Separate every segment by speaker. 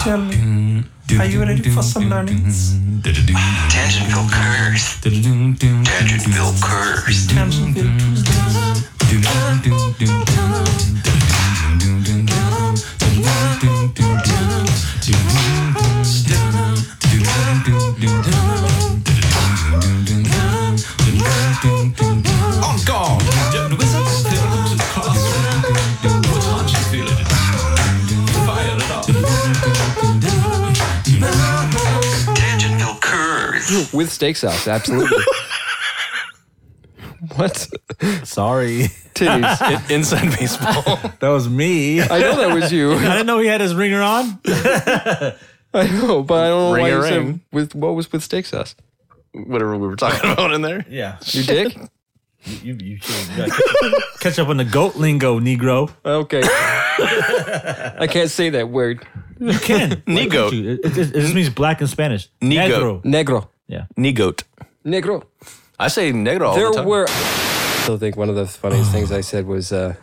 Speaker 1: Tell me, are you ready for some learnings?
Speaker 2: Tangentful curse. Tangentful curse.
Speaker 1: Tangentful Tuesdays.
Speaker 3: Encore.
Speaker 2: Tangentful curse.
Speaker 4: With steak sauce, absolutely. what?
Speaker 3: Sorry,
Speaker 4: Titties.
Speaker 5: Inside baseball.
Speaker 3: that was me. I
Speaker 4: I know that was you.
Speaker 3: didn't know he had his ringer on.
Speaker 4: I know, but I don't know why you said
Speaker 5: Ring-a-ring.
Speaker 4: with what was with steak sauce.
Speaker 5: Whatever we were talking about in there.
Speaker 3: Yeah,
Speaker 4: Your dick?
Speaker 3: you, you, should- you gotta catch up on the goat lingo, Negro.
Speaker 4: Okay. I can't say that word.
Speaker 3: You can
Speaker 5: Negro.
Speaker 3: Dude, it, it, it just means black in Spanish.
Speaker 5: Negro.
Speaker 4: Negro.
Speaker 5: Negoat.
Speaker 4: Negro.
Speaker 5: I say negro all the
Speaker 4: There
Speaker 5: time.
Speaker 4: were. I still think one of the funniest things I said was uh,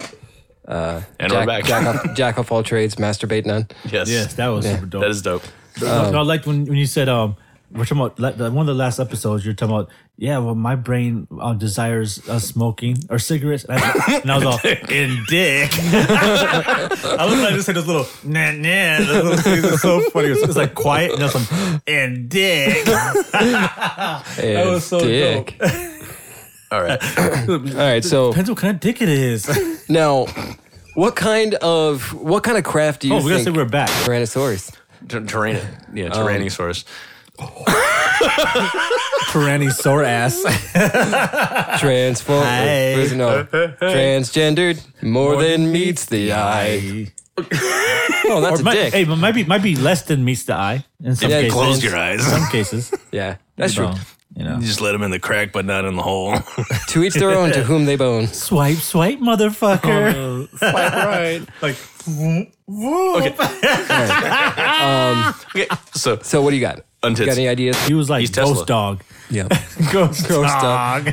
Speaker 5: and
Speaker 4: jack,
Speaker 5: we're back.
Speaker 4: jack, off, jack off all trades, masturbate none.
Speaker 5: yes.
Speaker 3: Yes, that was super dope.
Speaker 5: That is dope.
Speaker 4: Um,
Speaker 3: That's what I liked when, when you said um we're talking about like, the- one of the last episodes you're talking about yeah well my brain uh, desires uh, smoking or cigarettes and I, and I was all in dick I was like I just had this little nah nah those little things. it's so funny it's, it's like quiet and that's some in dick
Speaker 4: That
Speaker 3: was so
Speaker 4: dope.
Speaker 5: All right.
Speaker 4: All right, so
Speaker 3: depends what kind of dick it is oh
Speaker 4: now, what kind of what kind of craft do you
Speaker 3: we gotta say
Speaker 4: think
Speaker 3: Oh, we're back
Speaker 4: Tyrannosaurus?
Speaker 5: Tyr- Tyrann. Yeah,
Speaker 4: Um,
Speaker 5: Tyrannosaurus.
Speaker 3: tyrannosaur ass
Speaker 4: Transform.
Speaker 3: Hi.
Speaker 4: what is it? no, transgendered, more, than meets the eye. Oh, that's
Speaker 3: or
Speaker 4: a
Speaker 3: might,
Speaker 4: dick.
Speaker 3: hey but might be might be less than meets the eye in some
Speaker 4: Yeah,
Speaker 3: cases
Speaker 5: Close your eyes.
Speaker 3: in some cases
Speaker 4: yeah, that's true.
Speaker 3: so, you know
Speaker 5: You just let him in the crack, but not in the hole.
Speaker 4: To each their own. To whom they bone.
Speaker 3: Swipe, swipe, motherfucker.
Speaker 5: right.
Speaker 3: Oh, like,
Speaker 5: Okay. So
Speaker 4: So, what do you got?
Speaker 5: Untits.
Speaker 4: Got any ideas?
Speaker 3: he was like
Speaker 5: He's Tesla.
Speaker 3: ghost dog.
Speaker 4: Yeah.
Speaker 3: Ghost,
Speaker 4: dog.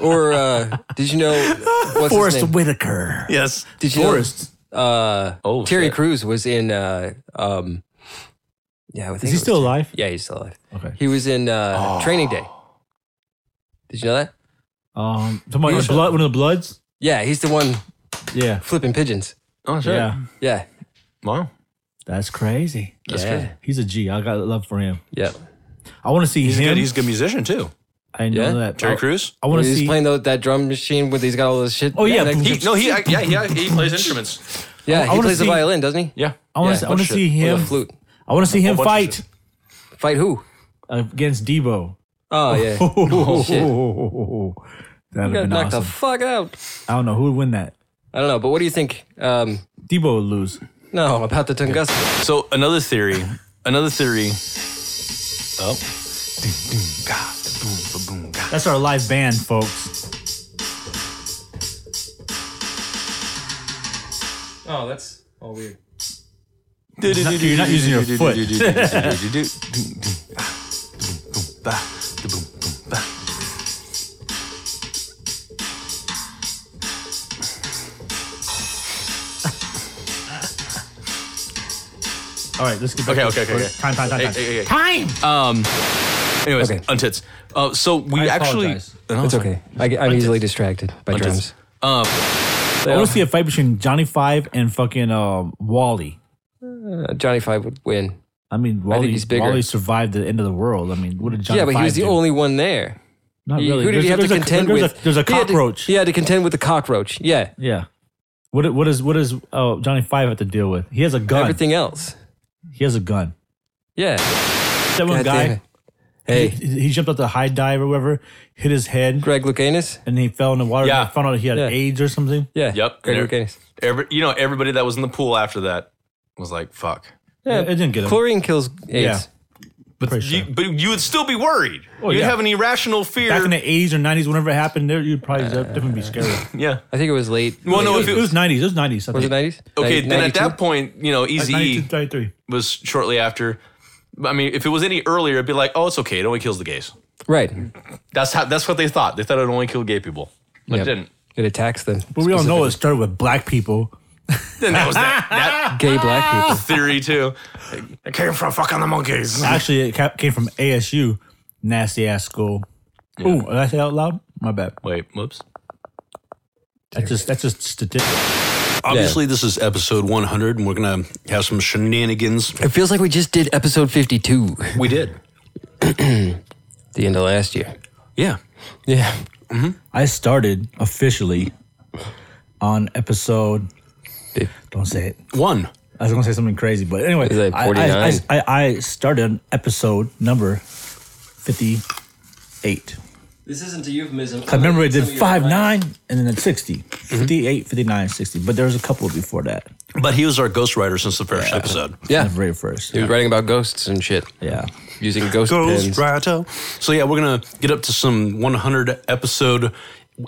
Speaker 4: Or uh, did you know what's his
Speaker 3: Forrest
Speaker 4: name?
Speaker 3: Whitaker.
Speaker 5: yes.
Speaker 4: Did you know- uh,
Speaker 3: Forrest.
Speaker 5: Oh,
Speaker 4: Terry
Speaker 5: shit.
Speaker 4: Crews was in. Uh, um, yeah, I think
Speaker 3: Is he still alive?
Speaker 4: Yeah, he's still alive.
Speaker 3: Okay.
Speaker 4: He was in uh, Training Day. Did you know that?
Speaker 3: Um, somebody,
Speaker 4: Usually.
Speaker 3: blood, one of the Bloods.
Speaker 4: Yeah, he's the one
Speaker 3: Yeah.
Speaker 4: flipping pigeons.
Speaker 5: Oh shit.
Speaker 3: Yeah.
Speaker 4: Yeah,
Speaker 5: Wow.
Speaker 3: That's crazy.
Speaker 4: yeah,
Speaker 3: He's a G. I got love for him.
Speaker 4: yeah.
Speaker 3: I want to see
Speaker 5: He's
Speaker 3: him.
Speaker 5: good. He's a good musician too.
Speaker 3: I know
Speaker 4: Yeah.
Speaker 3: that.
Speaker 5: Terry
Speaker 3: I-
Speaker 5: Crews.
Speaker 3: I want to
Speaker 4: He's
Speaker 3: see.
Speaker 4: playing tho- that drum machine with he's got all this shit.
Speaker 3: Oh, yeah.
Speaker 4: that-
Speaker 5: He, no, he I, yeah, yeah, he plays instruments. Oh.
Speaker 4: yeah.
Speaker 3: I
Speaker 4: he
Speaker 3: wanna
Speaker 4: plays
Speaker 3: see-
Speaker 4: the violin, doesn't he?
Speaker 5: Yeah.
Speaker 3: I want
Speaker 4: yeah, oh,
Speaker 3: to.
Speaker 4: what
Speaker 3: I want to
Speaker 5: shit.
Speaker 3: see
Speaker 4: Or
Speaker 3: him.
Speaker 4: the flute.
Speaker 3: I want to see him
Speaker 5: bunch of
Speaker 3: fight
Speaker 5: shit.
Speaker 4: Fight who?
Speaker 3: against Debo.
Speaker 4: Oh yeah, shit.
Speaker 3: That'd
Speaker 4: got
Speaker 3: have been
Speaker 4: knocked
Speaker 3: awesome.
Speaker 4: the fuck out.
Speaker 3: I don't know who would win that.
Speaker 4: I don't know, but what do you think? Um,
Speaker 3: Debo would lose.
Speaker 4: no, about the Tunguska.
Speaker 5: So another theory, another theory. Oh,
Speaker 3: That's our live band, folks.
Speaker 4: Oh, that's all weird.
Speaker 3: You're not using your foot. All right, let's get back
Speaker 5: Okay,
Speaker 3: to
Speaker 5: okay, okay,
Speaker 3: we're-
Speaker 5: okay.
Speaker 3: Time, time, time,
Speaker 5: Hey,
Speaker 3: time.
Speaker 5: hey, hey.
Speaker 3: Time.
Speaker 4: Uh,
Speaker 5: Anyways,
Speaker 4: Okay.
Speaker 5: untits. Uh, so we
Speaker 3: I
Speaker 5: actually.
Speaker 3: apologize.
Speaker 5: No,
Speaker 4: It's okay. I, am easily distracted by drums.
Speaker 3: I want to see a fight between Johnny Five and fucking um, Wally.
Speaker 4: Uh, Johnny Five would win.
Speaker 3: I mean, Wally,
Speaker 4: he's bigger.
Speaker 3: Wally survived the end of the world. I mean, what did Johnny
Speaker 4: yeah, but he was
Speaker 3: Five
Speaker 4: the
Speaker 3: do?
Speaker 4: only one there.
Speaker 3: Not
Speaker 4: He-
Speaker 3: really.
Speaker 4: Who did he have
Speaker 3: There's-
Speaker 4: to
Speaker 3: there's a-
Speaker 4: contend
Speaker 3: there's a-
Speaker 4: with?
Speaker 3: there's a
Speaker 4: He had to-
Speaker 3: cockroach.
Speaker 4: He had to contend with the cockroach. Yeah.
Speaker 3: Yeah. What what is what is uh, Johnny Five have to deal with? He has a gun.
Speaker 4: Everything else.
Speaker 3: He has a gun.
Speaker 4: Yeah.
Speaker 3: That one
Speaker 4: God damn
Speaker 3: guy.
Speaker 4: it. Hey,
Speaker 3: He, he jumped out the high dive or whatever, hit his head,
Speaker 4: Greg Lucanis.
Speaker 3: and he fell in the water.
Speaker 5: Yeah.
Speaker 3: And I found out he had
Speaker 4: Yeah.
Speaker 3: AIDS or something.
Speaker 4: Yeah.
Speaker 5: Yep.
Speaker 4: Greg Lucanis.
Speaker 5: Every, you know, everybody that was in the pool after that was like, "Fuck."
Speaker 3: Yeah, it didn't get him.
Speaker 4: Chlorine kills
Speaker 3: yeah.
Speaker 4: AIDS.
Speaker 5: But
Speaker 3: Pretty
Speaker 5: you,
Speaker 3: sure.
Speaker 5: but you would still be worried.
Speaker 3: Oh,
Speaker 5: You'd
Speaker 3: yeah.
Speaker 5: have an irrational fear.
Speaker 3: Back in the 80s or 90s, whenever it happened, there you'd probably
Speaker 4: Uh,
Speaker 3: definitely be scared.
Speaker 5: yeah.
Speaker 4: I think it was late.
Speaker 5: Well, no,
Speaker 4: late-
Speaker 5: if
Speaker 3: It was 90s. It was 90s. I
Speaker 4: was it
Speaker 3: think.
Speaker 4: 90s?
Speaker 5: Okay,
Speaker 4: Nin-
Speaker 5: then at
Speaker 4: 92?
Speaker 5: that point, you know,
Speaker 3: Like
Speaker 5: Easy
Speaker 3: 92, 93.
Speaker 5: was shortly after. I mean, if it was any earlier, it'd be like, "Oh, it's okay. It only kills the gays."
Speaker 4: Right.
Speaker 5: That's how. That's what they thought. They thought it only killed gay people. But
Speaker 4: Yep.
Speaker 5: it didn't.
Speaker 4: It attacks them.
Speaker 3: But we all know it started with black people
Speaker 6: Then that was that, that
Speaker 4: Gay
Speaker 3: Ah!
Speaker 4: black people.
Speaker 6: theory too.
Speaker 5: It came from fucking the monkeys.
Speaker 3: Actually, it ca- came from ASU, nasty ass school. Ooh, did I say that out loud? My bad.
Speaker 6: Wait, whoops.
Speaker 3: That's just that's just statistics.
Speaker 5: Obviously, this is episode 100, and we're gonna have some shenanigans.
Speaker 4: It feels like we just did episode 52,
Speaker 5: We did.
Speaker 4: the end of last year.
Speaker 5: Yeah.
Speaker 4: Yeah.
Speaker 3: I started officially on episode.
Speaker 4: Fif-
Speaker 3: Don't say it.
Speaker 5: One.
Speaker 3: I was gonna say something crazy, but anyway,
Speaker 4: Is it
Speaker 3: I, I,
Speaker 4: 49?
Speaker 3: I, I, I started on episode number fifty-eight.
Speaker 4: This isn't a euphemism.
Speaker 3: I remember it did five nine and then at 60.
Speaker 4: Mm-hmm.
Speaker 3: 58, 59, 60. But there was a couple before that.
Speaker 5: But he was our ghostwriter since the first episode.
Speaker 4: Yeah.
Speaker 3: Kind of right first.
Speaker 4: He was writing about ghosts and shit.
Speaker 3: Yeah.
Speaker 4: Using ghost pens.
Speaker 5: Ghostwriter. So yeah, we're gonna get up to some 100 episode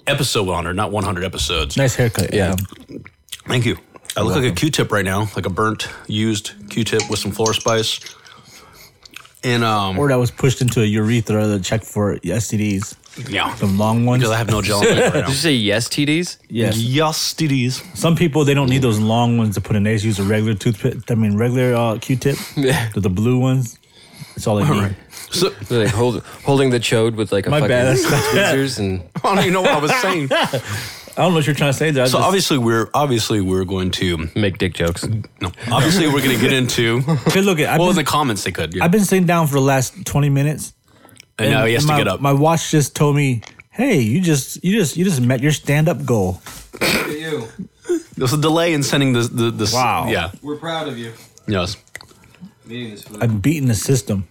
Speaker 5: episode honor, not 100 episodes.
Speaker 3: Nice haircut.
Speaker 4: Yeah.
Speaker 3: Adam.
Speaker 5: Thank you. I look like a Q-tip right now, like a burnt, used Q-tip with some floor spice. And um,
Speaker 3: Or that was pushed into a urethra to check for STDs.
Speaker 5: yeah,
Speaker 3: The long ones.
Speaker 5: because I have no gel in my right
Speaker 4: Did
Speaker 5: now.
Speaker 4: you say yes, TDs?
Speaker 3: Yes.
Speaker 5: Yes, it is.
Speaker 3: Some people they don't need those long ones to put in. They just use a regular toothpick. I mean, regular uh, Q-tip.
Speaker 4: Yeah.
Speaker 3: The, the blue ones. That's all they need.
Speaker 5: So,
Speaker 4: Like hold, holding the chode with like a
Speaker 3: My
Speaker 4: fucking
Speaker 3: bad.
Speaker 4: tweezers and
Speaker 5: I don't even know what I was saying.
Speaker 3: I don't know what you're trying to say. There. I
Speaker 5: So
Speaker 3: just-
Speaker 5: obviously we're obviously we're going to
Speaker 4: make dick jokes.
Speaker 5: no obviously we're going to get into
Speaker 3: Hey, look, I've,
Speaker 5: well in
Speaker 3: been,
Speaker 5: the comments they could. Yeah.
Speaker 3: I've been sitting down for the last 20 minutes.
Speaker 5: And now he has to
Speaker 3: my,
Speaker 5: get up.
Speaker 3: My watch just told me, "Hey, you just you just you just met your stand-up goal."
Speaker 5: There's a delay in sending the the this.
Speaker 3: Wow.
Speaker 5: Yeah.
Speaker 7: We're proud of you.
Speaker 5: Yes.
Speaker 7: Meeting this food.
Speaker 3: I'm beating the system.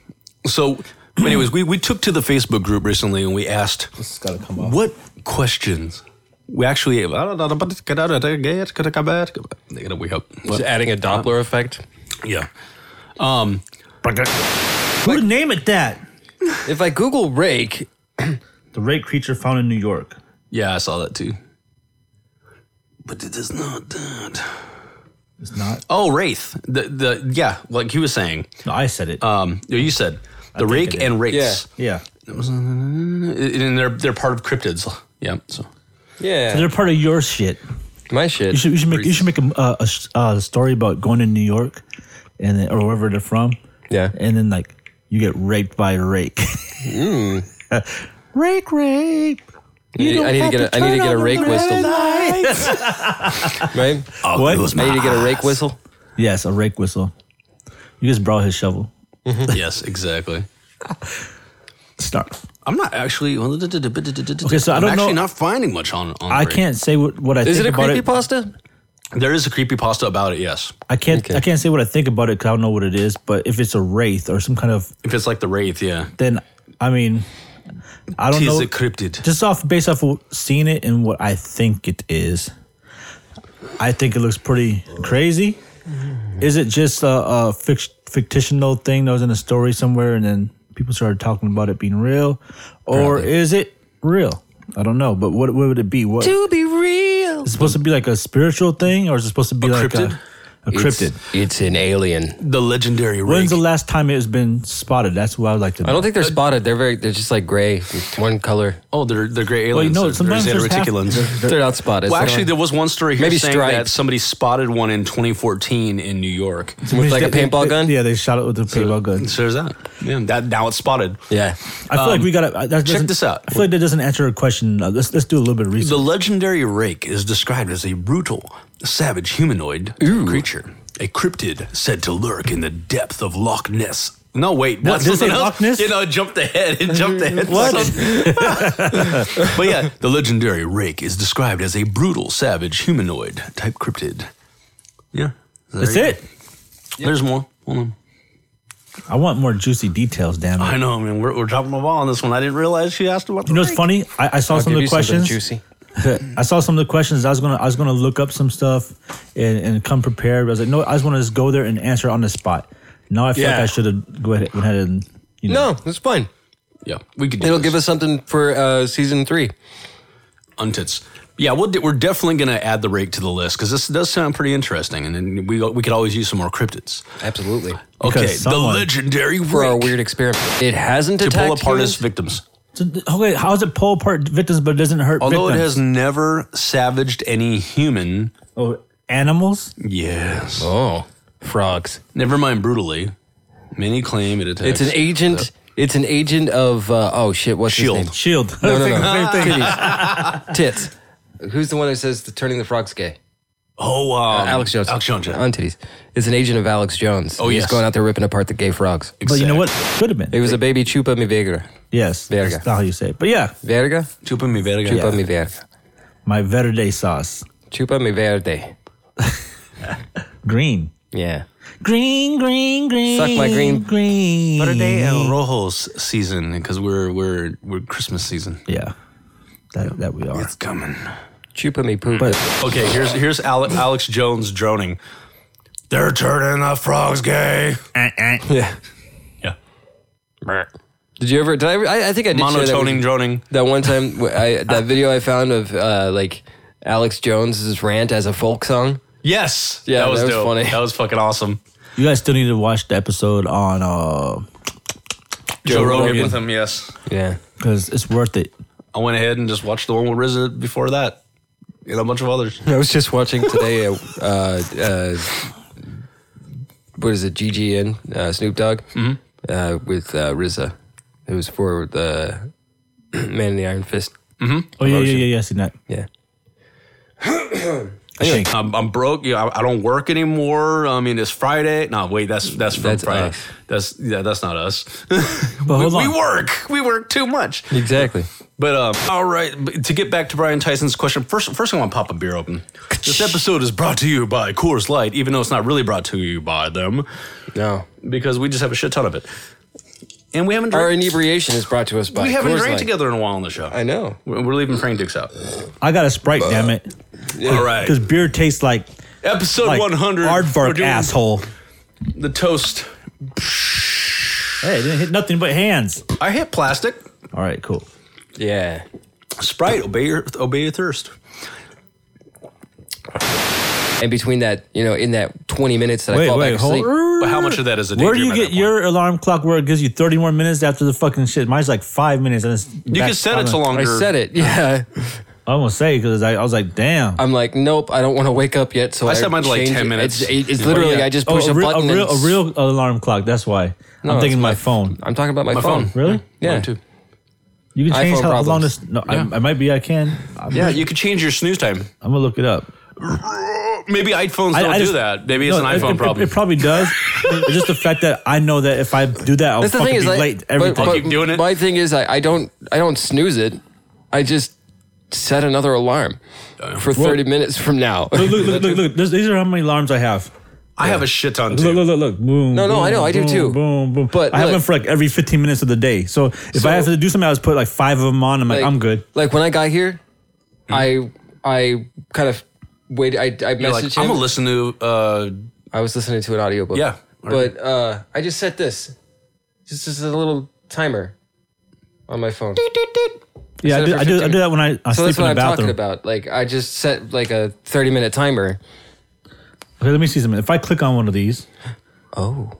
Speaker 5: So, anyways, we we took to the Facebook group recently and we asked
Speaker 3: It's got to come up.
Speaker 5: what questions we actually. We help.
Speaker 4: Just adding a Doppler effect.
Speaker 5: Yeah.
Speaker 3: Who name it that?
Speaker 4: If I Google rake,
Speaker 3: The rape creature found in New York.
Speaker 5: Yeah, I saw that too. But it is not that.
Speaker 3: It's not.
Speaker 5: Oh, Wraith. The the yeah, like he was saying.
Speaker 3: No, I said it.
Speaker 5: Um, you said the
Speaker 3: think I
Speaker 5: rake
Speaker 3: did.
Speaker 5: and wraiths,
Speaker 3: yeah.
Speaker 5: and they're they're part of cryptids. Yeah. So
Speaker 4: yeah,
Speaker 3: They're part of your shit.
Speaker 4: my
Speaker 3: You
Speaker 4: shit.
Speaker 3: should, you should make you should make a, a- a s- a story about going to New York, and then, or wherever they're from.
Speaker 4: Yeah.
Speaker 3: and then like you get raped by a rake. rake, rape.
Speaker 4: I need, I need to get a, I need to get a rake whistle, right?
Speaker 3: What?
Speaker 4: I need to get a rake whistle.
Speaker 3: Yes, a rake whistle. You just brought his shovel.
Speaker 5: yes, exactly.
Speaker 3: Start.
Speaker 5: I'm not actually. Okay,
Speaker 3: so I
Speaker 5: I'm
Speaker 3: don't know-
Speaker 5: actually not finding much on. on
Speaker 3: I
Speaker 5: Wraith.
Speaker 3: can't say what, what I
Speaker 4: Is
Speaker 3: think
Speaker 4: it a
Speaker 3: about
Speaker 4: creepy
Speaker 3: it.
Speaker 4: pasta?
Speaker 5: There is a creepy pasta about it. Yes,
Speaker 3: I can't
Speaker 4: Okay.
Speaker 3: I can't say what I think about it because I don't know what it is. But if it's a wraith or some kind of,
Speaker 5: if it's like the wraith, yeah.
Speaker 3: then I mean, I don't
Speaker 5: Tis
Speaker 3: know.
Speaker 5: a cryptid.
Speaker 3: just off based off of seeing it and what I think it is, I think it looks pretty crazy. Is it just a, a fict- fictional thing that was in a story somewhere and then people started talking about it being real, or is it real? I don't know. But what what would it be? What to be real? It's supposed to be like a spiritual thing, or is it supposed to be like
Speaker 5: cryptid?
Speaker 3: a, a cryptid?
Speaker 4: It's, it's an alien.
Speaker 5: The legendary
Speaker 3: When's
Speaker 5: wraith.
Speaker 3: the last time it has been spotted? That's what I would like to know.
Speaker 4: I don't think they're spotted. They're very. They're just like gray, one color.
Speaker 5: oh, they're they're gray aliens.
Speaker 3: Well, you know,
Speaker 5: They're-
Speaker 3: sometimes
Speaker 5: they're
Speaker 3: there's half-
Speaker 5: reticulans.
Speaker 4: They're not spotted.
Speaker 5: Well,
Speaker 4: So-
Speaker 5: actually, there was one story here
Speaker 4: Maybe
Speaker 5: saying that
Speaker 4: stripes.
Speaker 5: somebody spotted one in 2014 in New York. So
Speaker 4: with like a
Speaker 3: They- they-
Speaker 4: paintball gun.
Speaker 3: Yeah, they shot it with a paintball gun.
Speaker 5: there's that. Yeah, that now it's spotted.
Speaker 4: Yeah.
Speaker 3: I feel
Speaker 4: Um,
Speaker 3: like we got to that doesn't-
Speaker 5: this out.
Speaker 3: I feel like that doesn't answer a question. Uh, let's let's do a little bit of research.
Speaker 5: The legendary rake is described as a brutal, savage humanoid creature, a cryptid said to lurk in the depth of Loch Ness. No, wait. that's
Speaker 3: did it say
Speaker 5: something else?
Speaker 3: Loch Ness?
Speaker 5: You know, it jumped ahead. It jumped ahead.
Speaker 3: What?
Speaker 5: but yeah, the legendary rake is described as a brutal, savage humanoid type cryptid. Yeah. There
Speaker 3: That's
Speaker 5: you go.
Speaker 3: it.
Speaker 5: There's more. Hold on.
Speaker 3: I want more juicy details, damn it.
Speaker 5: I know, man. We're, we're dropping the ball on this one. I didn't realize she asked about the
Speaker 3: You know what's funny? I, I saw some of the questions.
Speaker 4: Juicy.
Speaker 3: I saw some of the questions. I was gonna I was gonna look up some stuff and, and come prepared. I was like, no, I just want to just go there and answer on the spot. Now I feel like
Speaker 4: Yeah.
Speaker 3: I should have go ahead, went ahead and you know.
Speaker 4: No, it's fine.
Speaker 5: Yeah, we could do
Speaker 4: It'll
Speaker 5: this.
Speaker 4: give us something for uh, season three.
Speaker 5: untits. Yeah, we'll, do- we're definitely going to add the rake to the list because this does sound pretty interesting, and then we we could always use some more cryptids.
Speaker 4: Absolutely.
Speaker 5: Okay,
Speaker 3: Because someone-
Speaker 5: the legendary
Speaker 4: For our
Speaker 5: rake
Speaker 4: weird experiment. It hasn't
Speaker 5: to
Speaker 4: attacked
Speaker 5: pull apart
Speaker 4: humans.
Speaker 5: its victims.
Speaker 3: So, th- okay, how does it pull apart victims but it doesn't hurt
Speaker 5: Although it
Speaker 3: victims?
Speaker 5: has never savaged any human,
Speaker 3: oh, animals?
Speaker 5: Yes.
Speaker 4: Oh, frogs.
Speaker 5: Never mind brutally. Many claim it attacks.
Speaker 4: It's an agent. It's an agent of. Uh, oh shit! What's
Speaker 5: Shield.
Speaker 4: his name?
Speaker 3: Shield.
Speaker 4: No, no, no. Titties. Tits. Who's the one that says the turning the frogs gay?
Speaker 5: Oh, um,
Speaker 4: Uh, Alex Jones.
Speaker 5: Alex Jones. yeah.
Speaker 4: On titties. It's an agent of Alex Jones.
Speaker 5: Oh,
Speaker 4: He's
Speaker 5: yes.
Speaker 4: going out there ripping apart the gay frogs.
Speaker 3: But you know what? Could have been.
Speaker 4: It was a baby chupa mi verga.
Speaker 3: yes.
Speaker 4: Verga.
Speaker 3: That's not how you say it. But yeah,
Speaker 4: Verga?
Speaker 5: Chupa mi verga.
Speaker 4: Chupa mi verga.
Speaker 3: my verde sauce.
Speaker 4: Chupa mi verde.
Speaker 3: Green.
Speaker 4: Yeah.
Speaker 3: Green, green, green.
Speaker 4: Suck my green.
Speaker 3: Green.
Speaker 5: Verde El Rojos season because we're we're we're Christmas season.
Speaker 3: Yeah. That, that we are.
Speaker 5: It's coming.
Speaker 4: Chupa mi poop.
Speaker 5: Okay, here's here's Ale- Alex Jones droning. They're turning the frogs gay. eh.
Speaker 4: yeah.
Speaker 5: Yeah.
Speaker 4: Did you ever? Did I? ever- I, I think I did. share that with
Speaker 5: Monotoning
Speaker 4: you.
Speaker 5: droning.
Speaker 4: That one time, wh- I, that video I found of uh, like Alex Jones's rant as a folk song.
Speaker 5: Yes.
Speaker 4: Yeah,
Speaker 5: that was,
Speaker 4: that was
Speaker 5: dope.
Speaker 4: funny.
Speaker 5: That was fucking awesome.
Speaker 3: You guys still need to watch the episode on uh
Speaker 5: Joe, Rogan.
Speaker 4: Rogan.
Speaker 5: with him. Yes.
Speaker 4: Yeah.
Speaker 3: because it's worth it.
Speaker 5: I went ahead and just watched the one with RZA before that, and a bunch of others.
Speaker 4: I was just watching today. Uh, uh, uh, what is it? GGN uh, Snoop Dogg
Speaker 3: Mm-hmm.
Speaker 4: uh, with uh, RZA. It was for the Man in the Iron Fist.
Speaker 3: Oh yeah, yeah, yeah, yeah. I seen that.
Speaker 4: Yeah.
Speaker 5: I'm, I'm broke. You know, I, I don't work anymore. I mean, it's Friday. No, wait, that's that's from
Speaker 4: That's
Speaker 5: Friday.
Speaker 4: us.
Speaker 5: That's yeah, that's not us.
Speaker 3: But hold
Speaker 5: we
Speaker 3: on.
Speaker 5: work. We work too much.
Speaker 4: Exactly.
Speaker 5: But um, all right, but to get back to Brian Tyson's question, first, first I want to pop a beer open. This episode is brought to you by Coors Light, even though it's not really brought to you by them
Speaker 4: No.
Speaker 5: because we just have a shit ton of it, and we haven't
Speaker 4: Our
Speaker 5: drank,
Speaker 4: inebriation is brought to us by.
Speaker 5: we haven't
Speaker 4: Coors
Speaker 5: drank
Speaker 4: Light.
Speaker 5: together in a while on the show.
Speaker 4: I know.
Speaker 5: We're we're leaving Frank Dicks out.
Speaker 3: I got a sprite, damn it.
Speaker 5: All right,
Speaker 3: Because beer tastes like
Speaker 5: episode
Speaker 3: like
Speaker 5: one hundred.
Speaker 3: aardvark asshole.
Speaker 5: The toast.
Speaker 3: Hey, it didn't hit nothing but hands.
Speaker 5: I hit plastic.
Speaker 3: All right, cool.
Speaker 4: Yeah.
Speaker 5: Sprite, obey your obey your thirst.
Speaker 4: And between that, you know, in that 20 minutes that I
Speaker 3: Wait,
Speaker 4: fall
Speaker 3: wait,
Speaker 4: back
Speaker 3: hold.
Speaker 4: asleep.
Speaker 5: But how much of that is a
Speaker 3: Where do
Speaker 5: daydream
Speaker 3: you
Speaker 5: at
Speaker 3: get
Speaker 5: that point?
Speaker 3: your alarm clock where it gives you 30 more minutes after the fucking shit? Mine's like five minutes. And it's
Speaker 5: You can set it to longer.
Speaker 4: I said it. Yeah.
Speaker 3: I almost say because I, I was like, damn.
Speaker 4: I'm like, nope, I don't want to wake up yet. So I,
Speaker 5: set mine to, like,
Speaker 4: change
Speaker 5: 10
Speaker 4: it.
Speaker 5: minutes.
Speaker 4: It's, it's literally, I just push
Speaker 3: oh,
Speaker 4: a,
Speaker 3: a, real,
Speaker 4: button.
Speaker 3: a, real,
Speaker 4: and-
Speaker 3: a real alarm clock. That's why. I'm
Speaker 4: it's
Speaker 3: thinking my phone.
Speaker 4: I'm talking about my, phone.
Speaker 5: phone.
Speaker 3: Really?
Speaker 4: Yeah.
Speaker 5: too.
Speaker 3: You can change
Speaker 4: iPhone
Speaker 3: how long
Speaker 4: problems.
Speaker 3: this. No, I, I might be. I can. I'm,
Speaker 5: Yeah, you could change your snooze time.
Speaker 3: I'm gonna look it up.
Speaker 5: Maybe iPhones
Speaker 3: I-
Speaker 5: don't
Speaker 3: I
Speaker 5: do
Speaker 3: just-
Speaker 5: that. Maybe it's
Speaker 3: No,
Speaker 5: an
Speaker 3: it-
Speaker 5: iPhone
Speaker 3: it, it-
Speaker 5: problem.
Speaker 3: It, probably does. it's just the fact that I know that if I do that, I'll
Speaker 4: That's the
Speaker 3: fucking
Speaker 4: thing is,
Speaker 3: be
Speaker 4: like,
Speaker 3: late every
Speaker 4: but-
Speaker 3: time.
Speaker 5: I'll
Speaker 4: but
Speaker 5: keep doing it.
Speaker 4: My thing is, I, I don't, I don't snooze it. I just set another alarm for 30 minutes from now.
Speaker 3: Look, look, look, look, look. This, these are how many alarms I have.
Speaker 5: I have a shit ton too.
Speaker 3: Look, look, look, look. Boom.
Speaker 4: No, no,
Speaker 3: boom,
Speaker 4: I know, I do
Speaker 3: boom,
Speaker 4: too.
Speaker 3: Boom, boom.
Speaker 4: But
Speaker 3: I have
Speaker 4: look-
Speaker 3: them for like every 15 minutes of the day. So if
Speaker 4: So-
Speaker 3: I have to do something, I just put like five of them on. I'm like, I'm good.
Speaker 4: Like when I got here, I, I kind of waited. I, I messaged
Speaker 5: Hmm. You're like,
Speaker 4: him.
Speaker 5: I'm gonna listen to. Uh,
Speaker 4: I was listening to an audiobook.
Speaker 5: Yeah.
Speaker 4: But uh, I just set this. Just just a little timer on my phone.
Speaker 3: Yeah, I
Speaker 4: Set it
Speaker 3: do,
Speaker 4: for
Speaker 3: I do. I
Speaker 4: 15
Speaker 3: do that when I, I
Speaker 4: So
Speaker 3: sleep
Speaker 4: that's
Speaker 3: in
Speaker 4: what
Speaker 3: the
Speaker 4: I'm
Speaker 3: bathroom.
Speaker 4: talking about. Like I just set like a 30 minute timer.
Speaker 3: Okay, let me see something. If I click on one of these,
Speaker 4: Oh.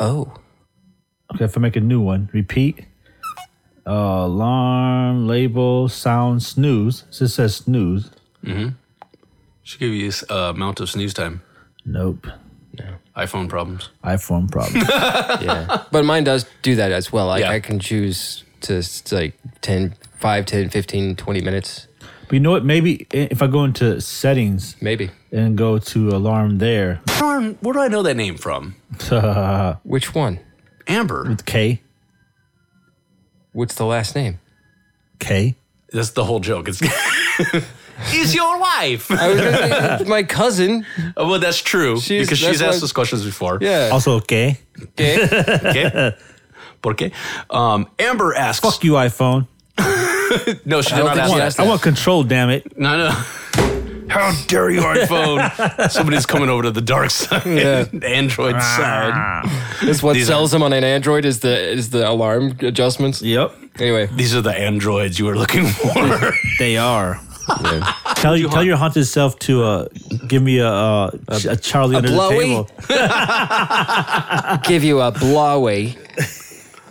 Speaker 4: Oh.
Speaker 3: okay, if I make a new one, repeat, uh, alarm, label, sound, snooze. So it says snooze.
Speaker 5: should give you uh, amount of snooze time.
Speaker 3: Nope.
Speaker 5: iPhone problems.
Speaker 3: iPhone problem.
Speaker 4: Yeah. but mine does do that as well. Like
Speaker 5: Yeah.
Speaker 4: I can choose to s- like 10 5 10 15 20 minutes
Speaker 3: but you know what? Maybe i- if I go into settings
Speaker 4: maybe.
Speaker 3: and go to alarm there,
Speaker 5: Darn, where do I know that name from?
Speaker 4: Which one?
Speaker 5: Amber.
Speaker 3: K,
Speaker 4: What's the last name?
Speaker 3: K.
Speaker 5: That's the whole joke. It's is your wife.
Speaker 4: I was gonna say, my cousin.
Speaker 5: Oh, well, that's true
Speaker 4: She's-
Speaker 5: because
Speaker 4: that's
Speaker 5: she's asked
Speaker 4: why-
Speaker 5: us questions before.
Speaker 4: Yeah.
Speaker 3: Also, K.
Speaker 4: Okay.
Speaker 5: Okay. Porque? Um, Amber asks.
Speaker 3: Fuck you, iPhone.
Speaker 5: No, she did
Speaker 4: don't
Speaker 5: not
Speaker 4: think
Speaker 5: ask
Speaker 4: she
Speaker 5: that.
Speaker 4: asked
Speaker 3: I want control, damn it.
Speaker 5: No, no. How dare you, iPhone? Somebody's coming over to the dark side, Android side.
Speaker 4: That's what sells them on an Android is the is the alarm adjustments.
Speaker 3: Yep.
Speaker 4: Anyway,
Speaker 5: These are the androids you were looking for.
Speaker 3: They are. Tell you, tell your haunted self to uh, give me a uh, a, Charlie under
Speaker 4: blowy?
Speaker 3: the table.
Speaker 4: give you a blowy.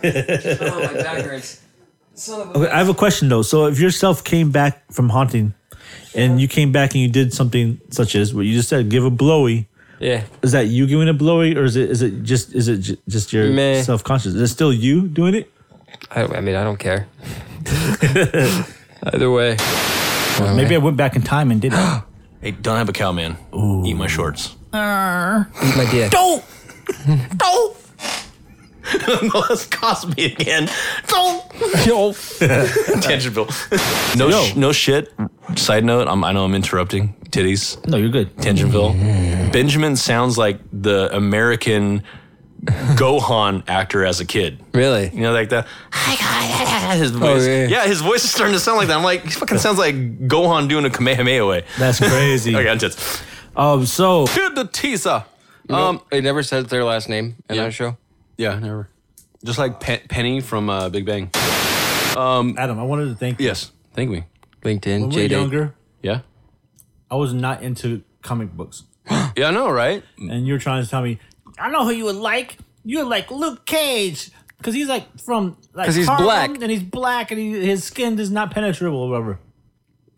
Speaker 3: Okay, I have a question though. So if your self came back from haunting, and you came back and you did something such as what you just said, give a blowy.
Speaker 4: Yeah.
Speaker 3: Is that you giving a blowy, or is it is it just is it j- just your
Speaker 4: Meh.
Speaker 3: self conscious? Is it still you doing it?
Speaker 4: I, I mean, I don't care. Either way.
Speaker 3: Maybe I went back in time and did it.
Speaker 6: Hey, don't have a cow, man. Eat my shorts.
Speaker 4: Eat my dick.
Speaker 6: Don't! Don't! no, that's Cosby again. Don't! Yo. Tangentville. No, sh- no shit. Side note, I'm, I know I'm interrupting. Titties.
Speaker 3: no, you're good.
Speaker 6: Tangentville. Benjamin sounds like the American Gohan actor as a kid.
Speaker 4: Really?
Speaker 6: You know, like the his
Speaker 5: Oh,
Speaker 6: voice.
Speaker 4: yeah,
Speaker 6: yeah.
Speaker 4: yeah.
Speaker 6: his voice is starting to sound like that. I'm like, he fucking sounds like Gohan doing a Kamehameha way.
Speaker 3: That's crazy.
Speaker 6: Okay, I'm just
Speaker 3: Um, so
Speaker 6: Here's the teaser.
Speaker 4: Um, they never said their last name in
Speaker 5: Yeah.
Speaker 4: our show.
Speaker 5: Yeah, never. Just like Pe- Penny from uh, Big Bang.
Speaker 3: Adam, I wanted to thank you.
Speaker 5: Yes, thank me.
Speaker 4: LinkedIn,
Speaker 3: When we were
Speaker 4: J Day.
Speaker 3: younger,
Speaker 5: Yeah.
Speaker 3: I was not into comic books,
Speaker 5: Yeah, I know, right?
Speaker 3: and you were trying to tell me, I know who you would like. You would like Luke Cage because he's like from like
Speaker 4: 'Cause he's
Speaker 3: Harlem,
Speaker 4: black.
Speaker 3: and he's black and he, his skin is not penetrable or whatever.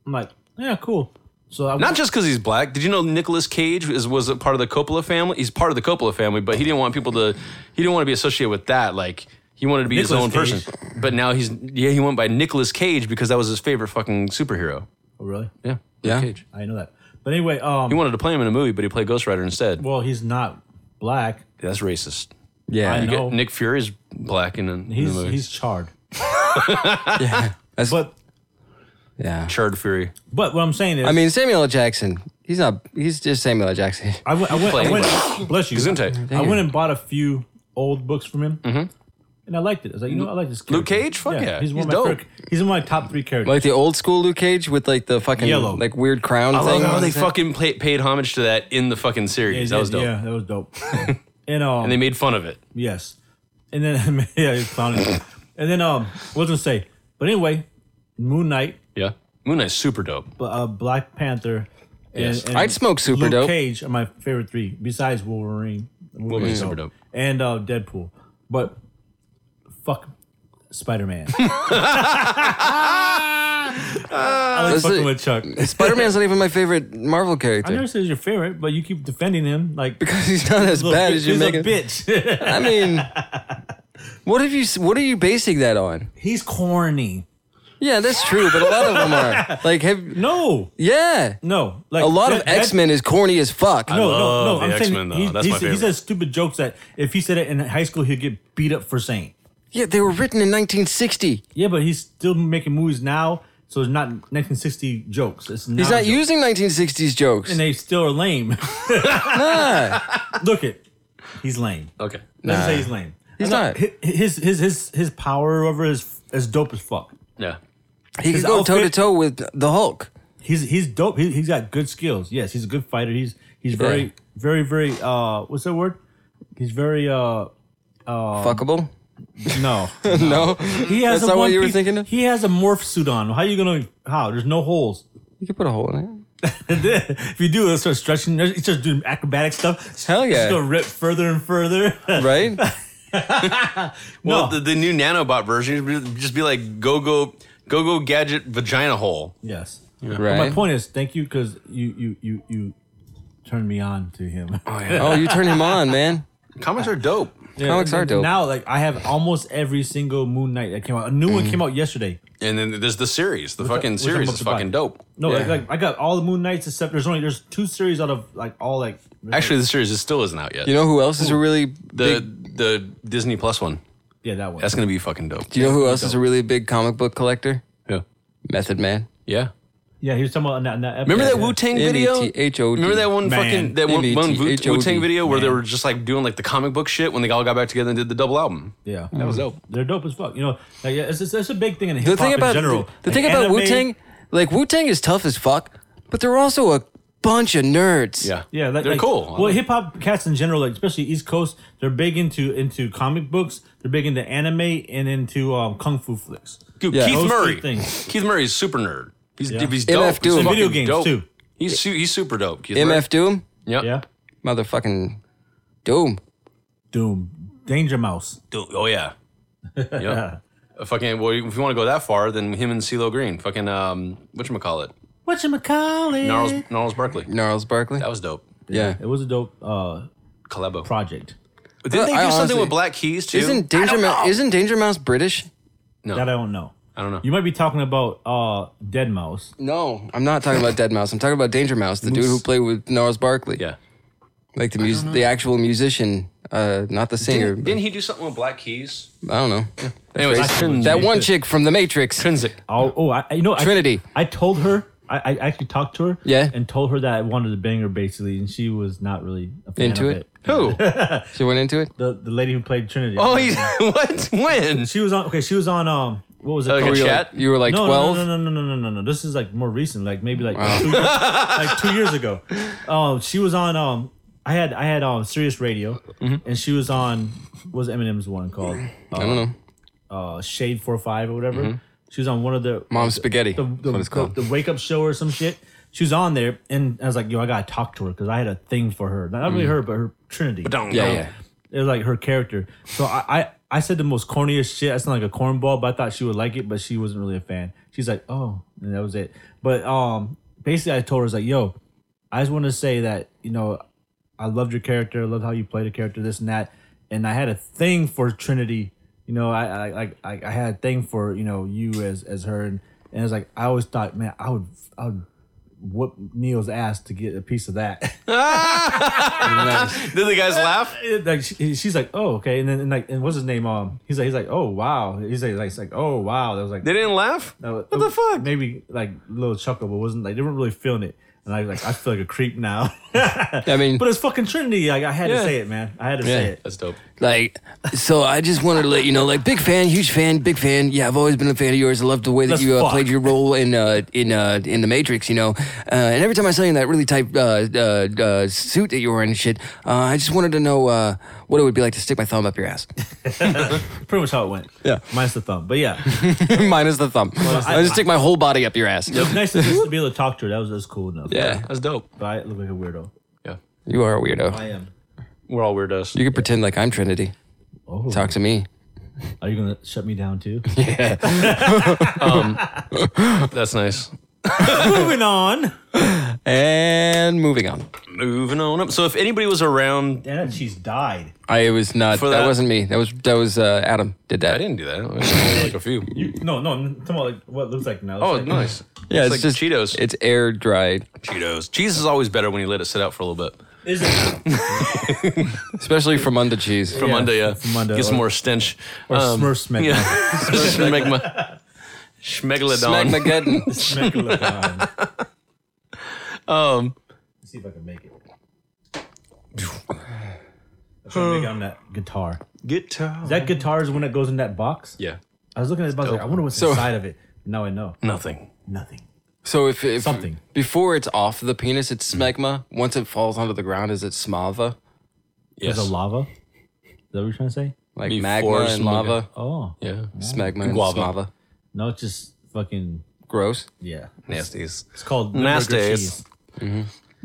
Speaker 3: I'm like, yeah, cool. So I
Speaker 5: Not just because he's black. Did you know Nicolas Cage is, was a part of the Coppola family? He's part of the Coppola family, but he didn't want people to. He didn't want to be associated with that. Like he wanted to be his
Speaker 3: Nicolas
Speaker 5: own
Speaker 3: Cage.
Speaker 5: person. But now he's yeah. He went by Nicolas Cage because that was his favorite fucking superhero.
Speaker 3: oh, really,
Speaker 5: Yeah.
Speaker 4: Yeah.
Speaker 5: Cage.
Speaker 3: I didn't know that. But anyway, um,
Speaker 5: He wanted to play him in a movie, but he played Ghost Rider instead.
Speaker 3: well, he's not black.
Speaker 5: That's racist.
Speaker 4: Yeah.
Speaker 3: I
Speaker 5: You
Speaker 3: know.
Speaker 5: get Nick Fury's black in, in
Speaker 3: He's
Speaker 5: the movie.
Speaker 3: he's charred.
Speaker 4: That's-
Speaker 3: But
Speaker 4: yeah.
Speaker 5: Charred Fury.
Speaker 3: but what I'm saying is,
Speaker 4: I mean, Samuel L. Jackson. He's not. He's just Samuel L. Jackson.
Speaker 3: I went, I went, I went bless you.
Speaker 5: Gesundheit. Mm-hmm.
Speaker 3: I went and bought a few old books from him, and I liked it. I was like, you know, I like this. Character.
Speaker 5: Luke Cage? Fuck yeah,
Speaker 3: he's one
Speaker 5: he's
Speaker 3: of my
Speaker 5: dope.
Speaker 3: fir- he's one of my top three characters.
Speaker 4: Like the old school Luke Cage with like the fucking
Speaker 3: Yellow.
Speaker 4: like weird crown
Speaker 5: I
Speaker 4: thing.
Speaker 5: love how they fucking play, paid homage to that in the fucking
Speaker 3: yeah,
Speaker 5: series.
Speaker 3: yeah,
Speaker 5: that was dope.
Speaker 3: Yeah, that was dope. and um,
Speaker 5: And they made fun of it.
Speaker 3: yes, and then yeah, he's clowning. and then um, what was I gonna say? But anyway, Moon Knight,
Speaker 5: Yeah. Moon Knight's super dope.
Speaker 3: b- uh, Black Panther. And,
Speaker 5: Yes.
Speaker 3: and
Speaker 4: I'd smoke super
Speaker 3: Luke
Speaker 4: dope.
Speaker 3: Cage are my favorite three, besides Wolverine.
Speaker 5: Wolverine's super dope.
Speaker 3: and uh, Deadpool, but fuck Spider Man. I like
Speaker 4: Let's
Speaker 3: fucking
Speaker 4: see.
Speaker 3: with Chuck.
Speaker 4: Spider Man's not even my favorite Marvel
Speaker 3: I never
Speaker 4: character
Speaker 3: said he's your favorite, but you keep defending him like
Speaker 4: because he's not as
Speaker 3: he's a
Speaker 4: bad
Speaker 3: bi-
Speaker 4: as you
Speaker 3: he's
Speaker 4: make
Speaker 3: a
Speaker 4: it.
Speaker 3: bitch.
Speaker 4: I mean, what have you? What are you basing that on?
Speaker 3: he's corny.
Speaker 4: Yeah, that's true, but a lot of them are like have
Speaker 3: No,
Speaker 4: yeah.
Speaker 3: no, like
Speaker 4: A lot of
Speaker 3: that- that-
Speaker 4: X Men is corny as fuck.
Speaker 3: No, no,
Speaker 5: love
Speaker 3: no.
Speaker 5: the
Speaker 3: I'm
Speaker 5: X-Men,
Speaker 3: saying
Speaker 5: though.
Speaker 3: he,
Speaker 5: That's
Speaker 3: he,
Speaker 5: my
Speaker 3: said- he
Speaker 5: favorite.
Speaker 3: says stupid jokes that if he said it in high school, he'd get beat up for saying.
Speaker 4: Yeah, they were written in 1960.
Speaker 3: Yeah, but he's still making movies now, so it's not 1960 jokes. It's
Speaker 4: He's
Speaker 3: now
Speaker 4: not
Speaker 3: jokes.
Speaker 4: using 1960s jokes. Ah,
Speaker 3: and they still are lame. Look it, he's lame.
Speaker 5: Okay.
Speaker 3: Let's say he's lame.
Speaker 4: He's
Speaker 3: I know-
Speaker 4: not.
Speaker 3: hi- His his his his power over is is dope as fuck.
Speaker 5: Yeah.
Speaker 4: He
Speaker 3: his
Speaker 4: could go toe to
Speaker 3: outfit-
Speaker 4: toe with the Hulk.
Speaker 3: He's he's dope. He, he's got good skills. Yes, he's a good fighter. He's he's very
Speaker 4: Yeah.
Speaker 3: very very uh what's that word? He's very uh
Speaker 4: Fuckable?
Speaker 3: no.
Speaker 4: No.
Speaker 3: He has
Speaker 4: That's
Speaker 3: a
Speaker 4: not what
Speaker 3: one
Speaker 4: you were
Speaker 3: piece-
Speaker 4: thinking of?
Speaker 3: He has a morph suit on. How you gonna how? There's no holes.
Speaker 4: You could put a hole in it.
Speaker 3: if you do, it'll start stretching. It starts doing acrobatic stuff.
Speaker 4: Hell
Speaker 3: It's
Speaker 4: yeah.
Speaker 3: gonna rip further and further.
Speaker 4: Right?
Speaker 6: Well,
Speaker 3: No.
Speaker 6: the, the new nanobot version would just be like go go go go gadget vagina hole.
Speaker 3: yes.
Speaker 4: right.
Speaker 3: My point is, thank you because you you you you turned me on to him.
Speaker 4: Oh, you turn him on, man.
Speaker 5: Comics are dope.
Speaker 4: Comics are dope.
Speaker 3: Now, like I have almost every single Moon Knight that came out. A new
Speaker 4: Mm.
Speaker 3: one came out yesterday.
Speaker 5: And then there's the series. The fucking
Speaker 3: which I'm
Speaker 5: series
Speaker 3: about
Speaker 5: is
Speaker 3: to buy.
Speaker 5: fucking dope.
Speaker 3: No, like, like I got all the Moon Knights except there's only there's two series out of like all like
Speaker 5: Actually, the series is still isn't out yet.
Speaker 4: you know who else is a really
Speaker 5: the
Speaker 4: big
Speaker 5: the Disney Plus one.
Speaker 3: yeah that one.
Speaker 5: That's gonna be fucking dope.
Speaker 4: Do you know who else is a really big comic book collector?
Speaker 5: Yeah.
Speaker 4: Method Man.
Speaker 5: Yeah.
Speaker 3: yeah, he was talking about in that, in that episode.
Speaker 5: Remember that
Speaker 3: Yeah.
Speaker 5: Wu Tang video?
Speaker 4: M-E-T-H-O-D.
Speaker 5: Remember that one
Speaker 3: Man.
Speaker 5: fucking that one, one Wu
Speaker 4: M-E-T-H-O-D.
Speaker 5: Tang video where they were just like doing like the comic book shit when they all got back together and did the double album.
Speaker 3: Yeah,
Speaker 5: That was dope.
Speaker 3: they're dope as fuck. You know, like, yeah, it's, it's, it's a big thing in
Speaker 4: The
Speaker 3: hip hop
Speaker 4: thing
Speaker 3: in
Speaker 4: about
Speaker 3: general.
Speaker 4: the
Speaker 3: Like,
Speaker 4: thing about
Speaker 3: anime-
Speaker 4: Wu Tang, like Wu Tang is tough as fuck, but they're also a bunch of nerds.
Speaker 5: Yeah.
Speaker 3: Yeah, like,
Speaker 5: they're
Speaker 3: like-
Speaker 5: cool.
Speaker 3: Well, hip hop cats in general, like especially East Coast, they're big into into comic books. They're big into anime and into um, kung fu flicks.
Speaker 5: Dude,
Speaker 4: Yeah.
Speaker 5: Keith
Speaker 3: Those two
Speaker 5: Murray.
Speaker 3: things.
Speaker 5: Keith Murray's super nerd. He's,
Speaker 3: Yeah.
Speaker 5: he's dope.
Speaker 4: MF
Speaker 5: He's
Speaker 4: Doom.
Speaker 5: fucking
Speaker 3: Video games,
Speaker 5: dope.
Speaker 3: too.
Speaker 5: He's su- he's super dope. Keith Murray.
Speaker 4: MF Doom,
Speaker 5: Yep.
Speaker 3: Yeah,
Speaker 4: motherfucking Doom.
Speaker 3: Doom, Danger Mouse.
Speaker 5: Do- Oh yeah. Yep. Uh, fucking well, if you want to go that far, then him and CeeLo Green, fucking um, whatchamacallit?
Speaker 3: What you call
Speaker 5: Gnarls,
Speaker 3: it?
Speaker 5: Gnarls Barkley.
Speaker 4: Gnarls Barkley.
Speaker 5: That was dope.
Speaker 4: yeah.
Speaker 3: It was a dope uh,
Speaker 5: Collabo.
Speaker 3: project.
Speaker 5: But didn't they do
Speaker 4: I
Speaker 5: something
Speaker 4: honestly-
Speaker 5: with Black Keys too?
Speaker 4: Isn't Danger Mouse? Isn't Danger Mouse British?
Speaker 3: That I don't know.
Speaker 5: I don't know.
Speaker 3: You might be talking about uh, Dead Mouse.
Speaker 4: No, I'm not talking about Dead Mouse. I'm talking about Danger Mouse, the dude who played with Gnarls Barkley.
Speaker 5: yeah.
Speaker 4: like the mus- the actual musician, uh, not the singer.
Speaker 5: Didn't, didn't he do something with Black Keys?
Speaker 4: but I don't know.
Speaker 5: Anyways,
Speaker 4: That one chick from The Matrix.
Speaker 5: intrinsic.
Speaker 3: Oh, oh, I, you know, I-
Speaker 4: Trinity.
Speaker 3: I, told her. I, I actually talked to her.
Speaker 4: Yeah.
Speaker 3: And told her that I wanted to bang her basically, and she was not really a fan
Speaker 4: Into
Speaker 3: of
Speaker 4: it? Who? she went into it.
Speaker 3: The the lady who played Trinity.
Speaker 5: Oh, he's what? When?
Speaker 3: she was on. Okay, she was on. Um, what was it?
Speaker 5: Like a
Speaker 3: called?
Speaker 4: You were
Speaker 5: chat?
Speaker 4: like, you were like
Speaker 3: no,
Speaker 4: twelve.
Speaker 3: No, no, no, no, no, no, no, no. This is like more recent, like maybe like two years, like two years ago. Um, she was on. Um, I had I had um Sirius Radio, and she was on. What was Eminem's one called? I
Speaker 4: Mm-hmm. don't know. Mm-hmm.
Speaker 3: Uh, Shade Four Five or whatever. She was on one of the
Speaker 4: Mom Spaghetti.
Speaker 3: the,
Speaker 4: That's
Speaker 3: the,
Speaker 4: what it's called.
Speaker 3: the wake up show or some shit. She was on there, and I was like, "Yo, I gotta talk to her because I had a thing for her. Not
Speaker 4: Mm.
Speaker 3: really her, but her Trinity.
Speaker 5: Don't
Speaker 4: yeah,
Speaker 5: know.
Speaker 4: yeah.
Speaker 3: It was like her character. So I, I, I said the most corniest shit. I sound like a cornball, but I thought she would like it, but she wasn't really a fan. She's like, oh, and that was it. But um, basically, I told her, I was like, yo, I just want to say that, you know, I loved your character. I loved how you played the character, this and that. And I had a thing for Trinity. You know, I I like I, I had a thing for you know you as as her, and, and it's like I always thought, man, I would I would whoop Neil's ass to get a piece of that.
Speaker 5: Did the guys laugh?
Speaker 3: it- eh, like she, she's like, oh okay, and then and like and what's his name? Um, he's like he's like, oh wow, he's like like, he's like oh wow. That was like
Speaker 5: They didn't laugh.
Speaker 3: that was-
Speaker 5: What the fuck?
Speaker 3: Maybe like a little chuckle, but wasn't like they weren't really feeling it. And I like I feel like a creep now.
Speaker 4: I mean,
Speaker 3: but it's fucking Trinity. Like I had
Speaker 4: Yeah.
Speaker 3: to say it, man. I had to say
Speaker 4: Yeah.
Speaker 3: it.
Speaker 5: That's dope.
Speaker 4: like, so I just wanted to let you know, like, big fan, huge fan, big fan. Yeah, I've always been a fan of yours. I love the way that
Speaker 3: Let's
Speaker 4: you uh,
Speaker 3: fuck.
Speaker 4: played your role in uh, in uh, in the Matrix. You know, uh, and every time I saw you in that really tight uh, uh, uh, suit that you were in, and shit, uh, I just wanted to know uh, what it would be like to stick my thumb up your ass,
Speaker 3: Pretty much how it went.
Speaker 4: Yeah.
Speaker 3: minus the thumb. But yeah,
Speaker 4: minus the thumb. I just stick my whole body up your ass.
Speaker 3: It was nice to just to be able to talk to her. That was, that was cool enough.
Speaker 4: Yeah,
Speaker 5: That's dope.
Speaker 3: But I look like a weirdo.
Speaker 5: Yeah.
Speaker 4: you are a weirdo.
Speaker 3: I am.
Speaker 5: We're all weirdos.
Speaker 4: You could pretend like I'm Trinity.
Speaker 3: Oh,
Speaker 4: Talk to me.
Speaker 3: are you gonna shut me down too?
Speaker 5: That's nice.
Speaker 3: Moving on.
Speaker 4: And moving on.
Speaker 5: Moving on up. So if anybody was around,
Speaker 3: Damn, she's died.
Speaker 4: I it was not.
Speaker 5: For
Speaker 4: that,
Speaker 5: that-
Speaker 4: wasn't me. That was that was uh, Adam did that.
Speaker 5: I didn't do that. I was only like a few.
Speaker 3: No, no. I'm talking about like what it looks like now.
Speaker 5: Oh,
Speaker 3: It's like-
Speaker 5: nice.
Speaker 4: Yeah,
Speaker 5: it's, like Cheetos.
Speaker 4: It's air dried,
Speaker 5: Cheetos. Cheese is always better when you let it sit out for a little bit.
Speaker 3: Is it?
Speaker 4: especially from under cheese.
Speaker 5: From under, yeah.
Speaker 3: from under,
Speaker 5: Get some uh,
Speaker 3: or-
Speaker 5: more stench. Um,
Speaker 3: or Smurf Smegma.
Speaker 5: Yeah. Schmegma. Schmegalodon.
Speaker 4: Smackmageddon.
Speaker 3: Smack a look on. Let's
Speaker 5: Um,
Speaker 3: see if I can make it. I'm trying to make it on that guitar.
Speaker 5: Guitar.
Speaker 3: That guitar is when it goes in that box.
Speaker 5: Yeah.
Speaker 3: I was looking at the box. Like, I wonder what's
Speaker 4: So-
Speaker 3: inside of it. Now I know.
Speaker 5: Nothing.
Speaker 3: Nothing.
Speaker 4: so if, if
Speaker 3: Something.
Speaker 4: before it's off the penis,
Speaker 5: Mm.
Speaker 4: it's smegma. Once it falls onto the ground, is it smava?
Speaker 5: Yes.
Speaker 3: There's a lava. Is that what you're trying to say?
Speaker 4: Like
Speaker 5: Before
Speaker 4: magma and
Speaker 5: smegma.
Speaker 4: lava,
Speaker 3: Oh
Speaker 5: Yeah.
Speaker 4: smegma and
Speaker 5: Guava.
Speaker 4: smava.
Speaker 3: no, it's just fucking
Speaker 4: Gross.
Speaker 3: yeah.
Speaker 5: Nasties.
Speaker 3: It's called
Speaker 5: Nasty.
Speaker 3: Limburger cheese.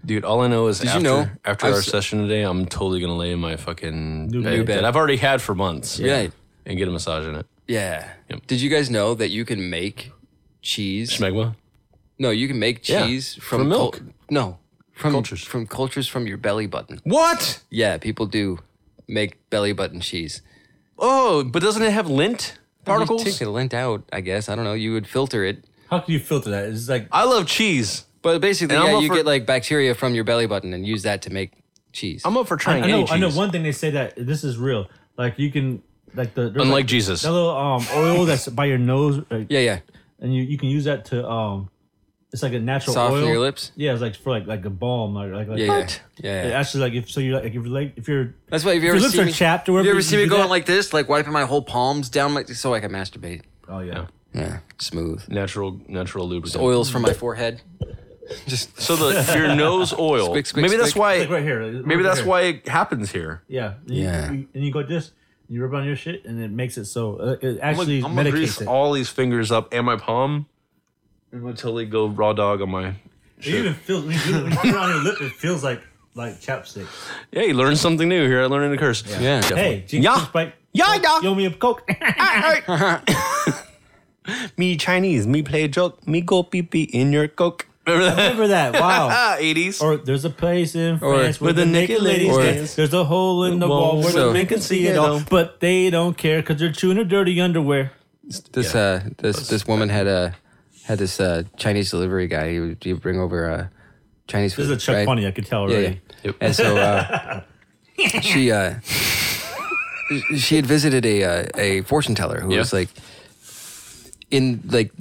Speaker 5: Dude, all I know is after,
Speaker 4: you know-
Speaker 5: after
Speaker 4: I've
Speaker 5: our
Speaker 4: s-
Speaker 5: session today, I'm totally going to lay in my fucking new
Speaker 4: bed.
Speaker 5: that I've already had for months.
Speaker 4: Yeah.
Speaker 5: And get a massage in it.
Speaker 4: Yeah.
Speaker 5: Yep.
Speaker 4: Did you guys know that you can make cheese?
Speaker 5: Schmegma?
Speaker 4: no, you can make
Speaker 5: Yeah.
Speaker 4: cheese from,
Speaker 5: From milk.
Speaker 4: cul- no, from
Speaker 5: Cultures.
Speaker 4: From cultures from your belly button.
Speaker 5: What?
Speaker 4: Yeah, people do make belly button cheese.
Speaker 5: Oh, but doesn't it have lint
Speaker 4: You take
Speaker 5: particles?
Speaker 4: the lint out, I guess. I don't know. You would filter it.
Speaker 3: How can you filter that? It's like
Speaker 5: I love cheese.
Speaker 4: But basically,
Speaker 5: And I'm
Speaker 4: yeah,
Speaker 5: up
Speaker 4: you
Speaker 5: for-
Speaker 4: get like bacteria from your belly button and use that to make cheese.
Speaker 5: I'm up for
Speaker 3: I,
Speaker 5: trying
Speaker 3: I know.
Speaker 5: any
Speaker 3: I know
Speaker 5: cheese.
Speaker 3: one thing they say that this is real. Like you can like the there's,
Speaker 5: Unlike
Speaker 3: like,
Speaker 5: Jesus.
Speaker 3: That little um oil that's by your nose. Like,
Speaker 4: yeah, yeah.
Speaker 3: and you, you can use that to um it's like a natural
Speaker 4: Soften
Speaker 3: oil.
Speaker 4: your lips?
Speaker 3: yeah it's like for like like a balm like like, like
Speaker 4: Yeah, yeah. Yeah,
Speaker 3: It
Speaker 4: yeah.
Speaker 3: actually like if so you like if you're like if you're
Speaker 4: That's why if you
Speaker 3: your
Speaker 4: ever
Speaker 3: lips
Speaker 4: see
Speaker 3: are
Speaker 4: me,
Speaker 3: chapped
Speaker 4: if
Speaker 3: or whatever,
Speaker 4: you ever
Speaker 3: you
Speaker 4: see
Speaker 3: can
Speaker 4: me
Speaker 3: do
Speaker 4: going
Speaker 3: that.
Speaker 4: like this, like wiping my whole palms down, like so I can masturbate.
Speaker 3: oh yeah
Speaker 4: Yeah, smooth.
Speaker 5: natural natural lubricant.
Speaker 4: Oils from my forehead. Just
Speaker 5: So the your nose oil.
Speaker 4: Squick, squick,
Speaker 5: maybe that's
Speaker 4: squick.
Speaker 5: why.
Speaker 3: like right here like,
Speaker 5: Maybe
Speaker 3: right
Speaker 5: that's
Speaker 3: here.
Speaker 5: why it happens here.
Speaker 3: yeah and
Speaker 4: Yeah.
Speaker 3: you, and you go this and you rub on your shit and it makes it so uh, it
Speaker 5: I'm gonna-
Speaker 3: actually
Speaker 5: I'm gonna
Speaker 3: medicates
Speaker 5: grease
Speaker 3: it
Speaker 5: all these fingers up and my palm. I'm gonna totally go raw dog on my.
Speaker 3: it even feels when you, do it- when you put it on your lip it feels like like chapstick
Speaker 5: Hey, learn something new here. I learned a curse.
Speaker 4: yeah.
Speaker 3: hey Jesus
Speaker 5: Yeah.
Speaker 3: Christ,
Speaker 5: yeah, yeah.
Speaker 3: you owe me a coke
Speaker 5: me Chinese. Me play joke. Me go pee pee in your coke.
Speaker 6: Remember that?
Speaker 3: Remember that? Wow.
Speaker 6: Ah, 80s.
Speaker 3: Oh. Or there's a place in
Speaker 4: Or-
Speaker 3: France where the naked ladies
Speaker 4: or-
Speaker 3: dance. There's a hole in the
Speaker 6: Well,
Speaker 3: wall where
Speaker 4: so-
Speaker 3: the men can see it all, but they don't care because they're chewing their dirty underwear.
Speaker 4: This uh, this this woman had a had this uh, Chinese delivery guy. He would he'd bring over uh, Chinese food.
Speaker 3: This is a Chuck
Speaker 4: right?
Speaker 3: Funny, I could tell
Speaker 4: Yeah,
Speaker 3: already.
Speaker 4: yeah. And so uh, she uh, she had visited a uh, a fortune teller who
Speaker 6: Yeah.
Speaker 4: was like, in like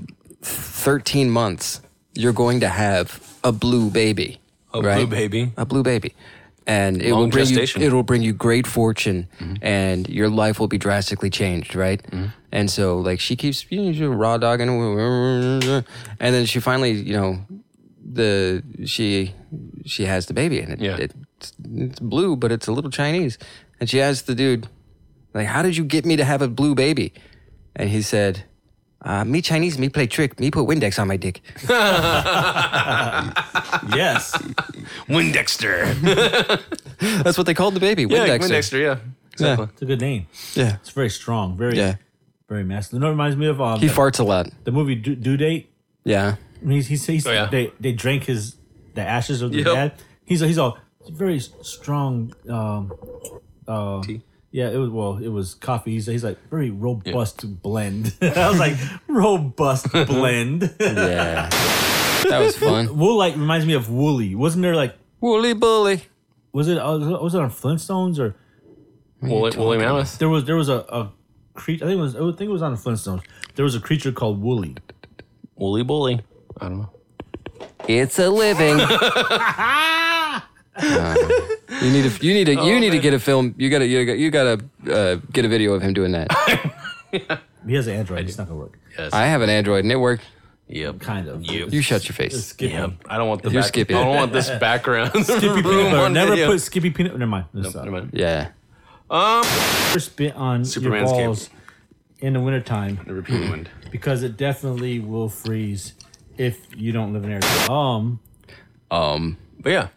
Speaker 4: thirteen months, you're going to have a blue baby. A
Speaker 5: Oh,
Speaker 6: blue baby.
Speaker 4: A blue baby. And it
Speaker 6: Long
Speaker 4: will bring
Speaker 6: gestation. Mm-hmm.
Speaker 4: you, it'll bring you great fortune, and your life will be drastically changed, right? And so, like, she keeps you know, she's raw dogging, and then she finally, you know, the she she has the baby and it,
Speaker 6: Yeah.
Speaker 4: it's, it's blue but it's a little chinese and she asked the dude like how did you get me to have a blue baby and he said uh, me chinese me play trick me put windex on my dick
Speaker 3: Yes.
Speaker 5: Windexter.
Speaker 4: that's what they called the baby
Speaker 6: yeah,
Speaker 4: windex
Speaker 6: Windexter, yeah. Exactly.
Speaker 3: It's a good name.
Speaker 4: yeah
Speaker 3: It's very strong, very,
Speaker 4: Yeah.
Speaker 3: very masculine. It reminds me of um,
Speaker 4: he
Speaker 3: the,
Speaker 4: farts a lot
Speaker 3: the movie Due, Due Date.
Speaker 4: yeah
Speaker 3: He's, he's, he's,
Speaker 6: Oh, yeah.
Speaker 3: they, they drank his the ashes of the
Speaker 6: Yep.
Speaker 3: dad. He's he's all very strong. Um, uh, Yeah, it was well, it was coffee. He's, he's like very robust blend. I was like robust blend.
Speaker 4: yeah that was fun
Speaker 3: Wool like reminds me of Wooly. Wasn't there like
Speaker 4: woolly bully
Speaker 3: was it uh, was it on Flintstones or
Speaker 6: Woolly, Woolly Mammoth.
Speaker 3: there was there was a, a creature I think it was I think it was on Flintstones. There was a creature called Wooly.
Speaker 6: Woolly Bully. I don't know.
Speaker 4: it's a living Uh, you need to you need to
Speaker 3: Oh,
Speaker 4: you need to get a film you gotta you gotta, you gotta uh, get a video of him doing that
Speaker 3: He has an android. It's not gonna work.
Speaker 4: I have an Android and it worked.
Speaker 6: Yep.
Speaker 3: Kind of.
Speaker 6: Yep.
Speaker 4: You shut your
Speaker 3: It's
Speaker 4: face.
Speaker 3: Skippy.
Speaker 6: Yep. I don't want the
Speaker 4: You're
Speaker 6: back-
Speaker 4: skipping.
Speaker 6: I don't want this background. Skippy
Speaker 3: Peanut butter. Never put Skippy peanut. Never mind. This, uh,
Speaker 6: Never mind.
Speaker 4: Yeah.
Speaker 3: never spit on
Speaker 6: Superman's
Speaker 3: your
Speaker 6: cape.
Speaker 3: balls in the wintertime
Speaker 4: Mm.
Speaker 6: Repeat wind.
Speaker 3: because it definitely will freeze if you don't live in Arizona. Um,
Speaker 4: Um.
Speaker 6: But yeah.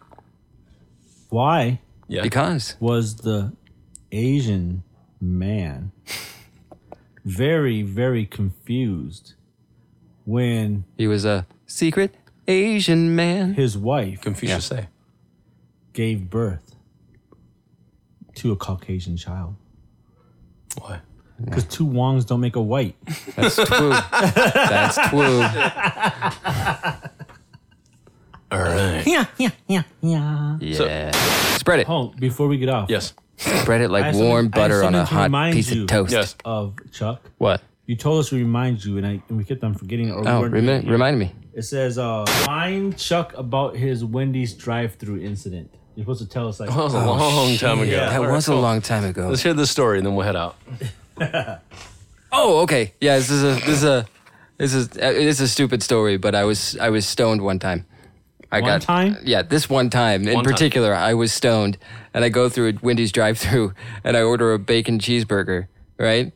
Speaker 3: why
Speaker 6: Yeah.
Speaker 4: Because
Speaker 3: was the Asian man very, very confused when
Speaker 4: he was a secret Asian man.
Speaker 3: his wife
Speaker 6: Confucius say.
Speaker 3: gave birth to a Caucasian child?
Speaker 6: Why?
Speaker 3: Because two Wongs don't make a white.
Speaker 4: That's true. That's true.
Speaker 6: All right.
Speaker 3: Yeah, yeah, yeah, yeah.
Speaker 4: Yeah. Spread it.
Speaker 3: Oh, before we get off,
Speaker 6: Yes.
Speaker 4: Spread it
Speaker 3: I
Speaker 4: like
Speaker 3: have
Speaker 4: warm
Speaker 3: something- I have
Speaker 4: butter on a
Speaker 3: something to
Speaker 4: hot
Speaker 3: remind
Speaker 4: piece
Speaker 3: you.
Speaker 4: of toast.
Speaker 6: Yes.
Speaker 3: of Chuck.
Speaker 4: What?
Speaker 3: You told us to remind you, and I and we kept on forgetting it. or we
Speaker 4: Oh,
Speaker 3: weren't
Speaker 4: remi-
Speaker 3: doing it.
Speaker 4: remind me.
Speaker 3: It says, uh, "Remind Chuck about his Wendy's drive-through incident." You're supposed to tell us like,
Speaker 6: That
Speaker 4: Oh.
Speaker 6: was a long time ago.
Speaker 3: Yeah.
Speaker 4: That
Speaker 6: All right,
Speaker 4: was a
Speaker 6: cool.
Speaker 4: long time ago.
Speaker 6: Let's hear the story and then we'll head out.
Speaker 4: Oh, okay. Yeah. This is a. This is a. This is uh, it is a stupid story, but I was I was stoned one time. I
Speaker 3: One
Speaker 4: got
Speaker 3: time?
Speaker 4: Yeah, this one time in
Speaker 6: One time.
Speaker 4: particular, I was stoned, and I go through a Wendy's drive-through, and I order a bacon cheeseburger, right?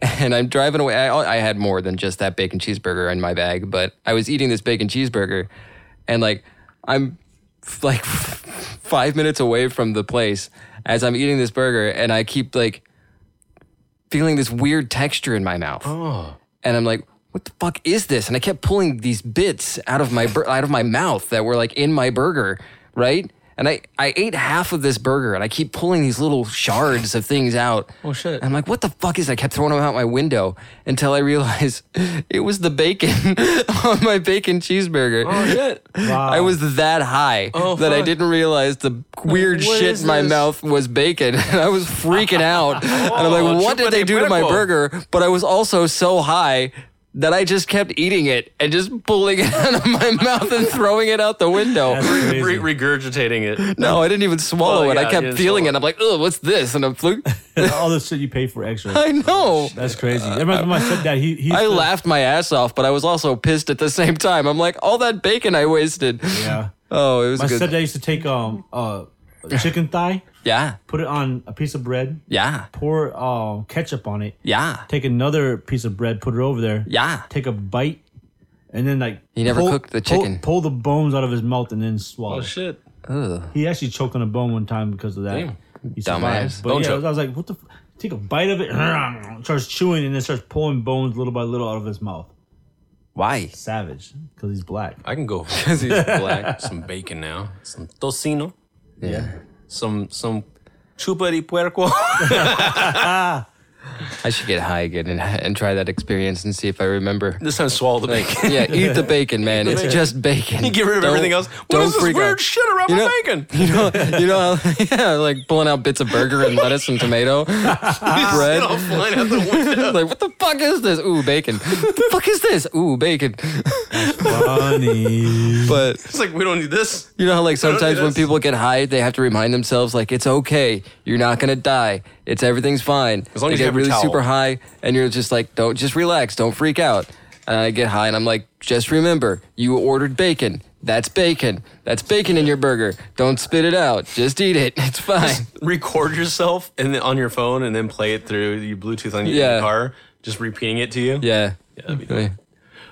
Speaker 4: And I'm driving away. I, I had more than just that bacon cheeseburger in my bag, but I was eating this bacon cheeseburger, and like I'm f- like five minutes away from the place as I'm eating this burger, and I keep like feeling this weird texture in my mouth. And I'm like, what the fuck is this? And I kept pulling these bits out of my bur- out of my mouth that were like in my burger, right? And I, I ate half of this burger and I keep pulling these little shards of things out. Oh shit. I'm like, what the fuck is that? I kept throwing them out my window until I realized it was the bacon on my bacon cheeseburger. Oh shit. I was that high that I didn't realize the weird
Speaker 6: What
Speaker 4: shit
Speaker 6: is
Speaker 4: in my
Speaker 6: this?
Speaker 4: mouth was bacon. And I was freaking out. and I'm like,
Speaker 6: Oh,
Speaker 4: what did they do to my
Speaker 6: chupa de puerco."
Speaker 4: burger? burger, but I was also so high that I just kept eating it and just pulling it out of my mouth and throwing it out the window.
Speaker 3: That's crazy.
Speaker 6: Re- regurgitating it.
Speaker 4: No, I didn't even swallow
Speaker 6: Well,
Speaker 4: it.
Speaker 6: yeah,
Speaker 4: I
Speaker 6: you
Speaker 4: kept
Speaker 6: didn't
Speaker 4: feeling
Speaker 6: swallow
Speaker 4: it. I'm like, oh, what's this? And I'm like,
Speaker 3: all the shit you pay for extra.
Speaker 4: I know.
Speaker 3: That's crazy. That reminds me of my stepdad. He, he
Speaker 4: I
Speaker 3: used to-
Speaker 4: laughed my ass off, but I was also pissed at the same time. I'm like, all that bacon I wasted.
Speaker 3: Yeah,
Speaker 4: Oh, it was
Speaker 3: my
Speaker 4: good.
Speaker 3: stepdad used to take um uh a chicken thigh,
Speaker 4: yeah,
Speaker 3: put it on a piece of bread,
Speaker 4: yeah,
Speaker 3: pour um ketchup on it,
Speaker 4: yeah,
Speaker 3: take another piece of bread, put it over there,
Speaker 4: yeah.
Speaker 3: take a bite, and then like
Speaker 4: He never cooked the
Speaker 3: pull-
Speaker 4: chicken.
Speaker 3: Pull, the bones out of his mouth and then swallow.
Speaker 6: Oh shit.
Speaker 3: He actually choked on a bone one time because of that.
Speaker 6: Damn.
Speaker 3: He
Speaker 4: Dumbass.
Speaker 3: survived. But
Speaker 6: Don't
Speaker 3: yeah, I was-
Speaker 6: choke.
Speaker 3: I was like, what the? F-? Take a bite of it, starts chewing, and then starts pulling bones little by little out of his mouth.
Speaker 4: Why?
Speaker 3: Savage, because he's black.
Speaker 5: I can go because he's black. Some bacon now. Some tocino.
Speaker 4: Yeah.
Speaker 5: Some some chupa de puerco.
Speaker 4: I should get high again and, and try that experience and see if I remember.
Speaker 5: this time swallow the bacon.
Speaker 4: Yeah, eat the bacon, man. It's just bacon.
Speaker 5: You get rid of
Speaker 4: Don't-
Speaker 5: everything else. What
Speaker 4: don't
Speaker 5: is this
Speaker 4: freak
Speaker 5: weird
Speaker 4: out.
Speaker 5: shit around
Speaker 4: You
Speaker 5: my
Speaker 4: know-
Speaker 5: bacon?
Speaker 4: You know, you know, yeah, like pulling out bits of burger and lettuce and tomato, bread.
Speaker 5: I'll fly out the window.
Speaker 4: Like, what the fuck is this? Ooh, bacon. What the fuck is this? Ooh, bacon.
Speaker 3: Funny.
Speaker 4: But
Speaker 5: It's like we don't need this.
Speaker 4: you know how, like, sometimes when
Speaker 5: this.
Speaker 4: people get high, they have to remind themselves, like, it's okay. You're not gonna die. It's everything's fine.
Speaker 5: As long
Speaker 4: they
Speaker 5: as you have
Speaker 4: get
Speaker 5: your
Speaker 4: really
Speaker 5: towel.
Speaker 4: super high, and you're just like, don't just relax, don't freak out. And I get high, and I'm like, just remember, you ordered bacon. That's bacon. That's bacon in your burger. Don't spit it out. Just eat it. It's fine.
Speaker 5: Record yourself and then on your phone and then play it through your Bluetooth on your
Speaker 4: Yeah.
Speaker 5: car, just repeating it to you.
Speaker 4: Yeah.
Speaker 5: that'd be
Speaker 4: They-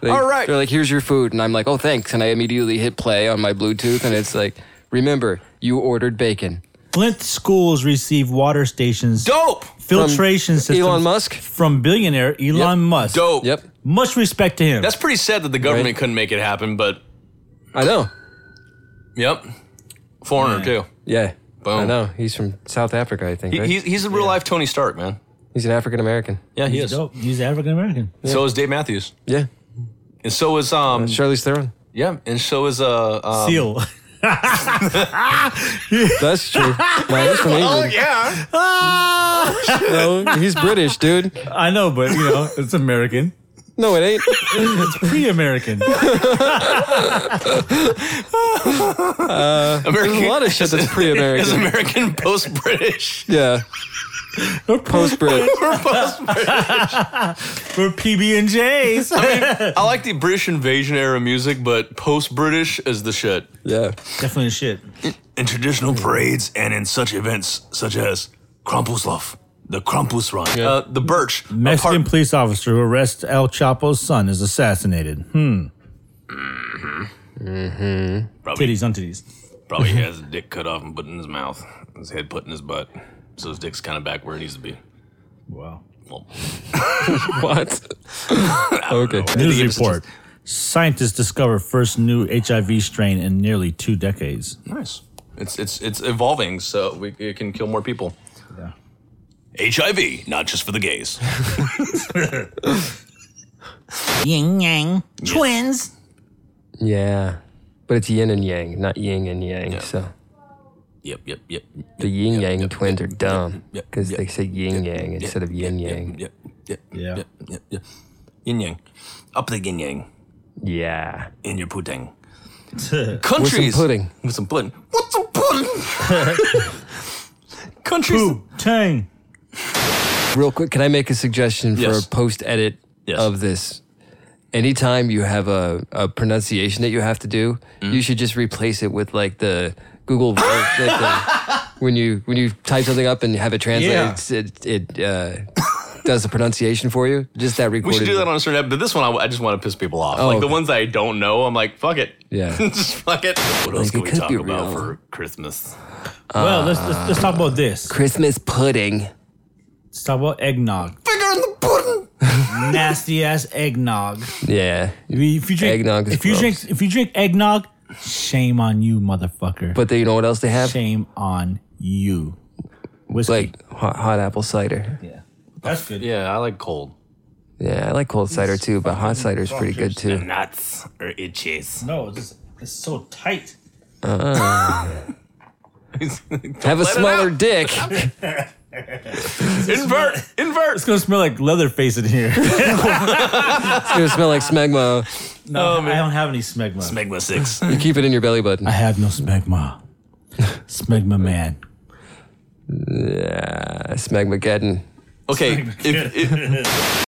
Speaker 4: they-
Speaker 5: All right.
Speaker 4: They're like, here's your food. And I'm like, oh, thanks. And I immediately hit play on my Bluetooth. And it's like, remember, you ordered bacon.
Speaker 3: Flint schools receive water stations
Speaker 5: Dope.
Speaker 3: filtration systems
Speaker 4: Elon Musk?
Speaker 3: from billionaire Elon
Speaker 4: Yep.
Speaker 3: Musk.
Speaker 5: Dope.
Speaker 4: Yep.
Speaker 3: Much respect to him.
Speaker 5: That's pretty sad that the government
Speaker 4: Right.
Speaker 5: couldn't make it happen, but
Speaker 4: I know.
Speaker 5: yep. Foreigner too.
Speaker 4: Yeah.
Speaker 5: Boom.
Speaker 4: I know. He's from South Africa, I think.
Speaker 5: He,
Speaker 4: right?
Speaker 5: he's, he's a real life Tony Stark, man.
Speaker 4: He's an African American.
Speaker 5: Yeah, he
Speaker 3: He's dope. He's African American.
Speaker 5: So is Dave Matthews.
Speaker 4: Yeah.
Speaker 5: And so is um
Speaker 4: Charlize Theron.
Speaker 5: yeah, and so is uh, um,
Speaker 3: Seal.
Speaker 4: That's true. no, he's from England.
Speaker 5: yeah.
Speaker 4: No, he's British, dude.
Speaker 3: I know, but you know, it's American.
Speaker 4: No, it ain't.
Speaker 3: It's pre-American.
Speaker 5: American,
Speaker 4: There's a lot of shit that's
Speaker 5: is
Speaker 4: pre-American.
Speaker 5: American post British.
Speaker 4: Yeah. Post-Brit.
Speaker 3: We're PB and J's.
Speaker 5: I like the British invasion era music, but post British is the shit.
Speaker 4: Yeah.
Speaker 3: Definitely shit.
Speaker 8: In traditional parades and in such events such as Krampuslof, the Krampus Run.
Speaker 5: Uh, the Birch.
Speaker 3: Mexican police officer who arrests El Chapo's son is assassinated. Hmm. Mm-hmm. Titties on titties.
Speaker 5: Probably has his dick cut off and put in his mouth, his head put in his butt. So his dick's kind of back where it needs to be.
Speaker 3: Wow.
Speaker 5: Well,
Speaker 4: What? okay.
Speaker 3: News report. Scientists discover first new HIV strain in nearly two decades.
Speaker 5: nice. It's it's it's evolving, so we it can kill more people.
Speaker 3: Yeah.
Speaker 5: HIV, not just for the gays.
Speaker 3: Yin yang. Twins.
Speaker 4: Yeah. But it's yin and yang, not yin and yang. So.
Speaker 5: yep, yep, yep,
Speaker 4: The yin yang twins are dumb
Speaker 5: yep,
Speaker 4: because
Speaker 5: yep,
Speaker 4: they say yin yang instead of yin yang.
Speaker 5: yep, yep,
Speaker 3: Yeah.
Speaker 5: yep, yep, yep. Yin yang, up the yin yang
Speaker 4: Yeah.
Speaker 5: in your pudding.
Speaker 3: Poop
Speaker 4: With some
Speaker 5: Countries
Speaker 4: pudding.
Speaker 5: With some pudding. What's some pudding? Countries.
Speaker 3: tang.
Speaker 4: Real quick, can I make a suggestion
Speaker 5: Yes.
Speaker 4: for a post edit
Speaker 5: Yes.
Speaker 4: of this? Anytime you have a, a pronunciation that you have to do,
Speaker 5: Mm.
Speaker 4: you should just replace it with like the Google Voice. like the- when you when you type something up and have it
Speaker 5: Yeah.
Speaker 4: translated, it, it uh, does the pronunciation for you. Just that
Speaker 5: We
Speaker 4: recorded.
Speaker 5: should do that on a certain app, but this one I, I just want to piss people off.
Speaker 4: Oh,
Speaker 5: like the
Speaker 4: okay.
Speaker 5: ones I don't know, I'm like, fuck it.
Speaker 4: Yeah.
Speaker 5: just fuck it. What else
Speaker 4: Like,
Speaker 5: can
Speaker 4: it
Speaker 5: we
Speaker 4: could
Speaker 5: talk
Speaker 4: be
Speaker 5: about
Speaker 4: real.
Speaker 5: for Christmas?
Speaker 3: well, let's, let's let's talk about this.
Speaker 4: Christmas pudding.
Speaker 3: Let's talk about eggnog.
Speaker 5: Finger in the pudding.
Speaker 3: Nasty ass eggnog.
Speaker 4: Yeah,
Speaker 3: If you if you drink
Speaker 4: Eggnog is
Speaker 3: if you drink
Speaker 4: gross.
Speaker 3: if you drink eggnog, shame on you, motherfucker.
Speaker 4: but they, you know what else they have?
Speaker 3: shame on you. Whiskey.
Speaker 4: Like hot, hot apple cider.
Speaker 3: yeah. That's good.
Speaker 5: Yeah, I like cold.
Speaker 4: Yeah, I like cold cider too, but hot cider is pretty good too.
Speaker 5: Nuts or itches.
Speaker 3: No, it's it's so tight.
Speaker 4: Have a
Speaker 5: Let it
Speaker 4: smaller
Speaker 5: out.
Speaker 4: dick.
Speaker 5: invert, invert.
Speaker 3: It's gonna smell like Leatherface in here.
Speaker 4: It's gonna smell like smegma. Oh,
Speaker 3: no, I don't have any smegma.
Speaker 5: Megma six.
Speaker 4: You keep it in your belly button.
Speaker 3: I have no smegma. smegma man.
Speaker 4: Smegmageddon.
Speaker 5: Okay, if, if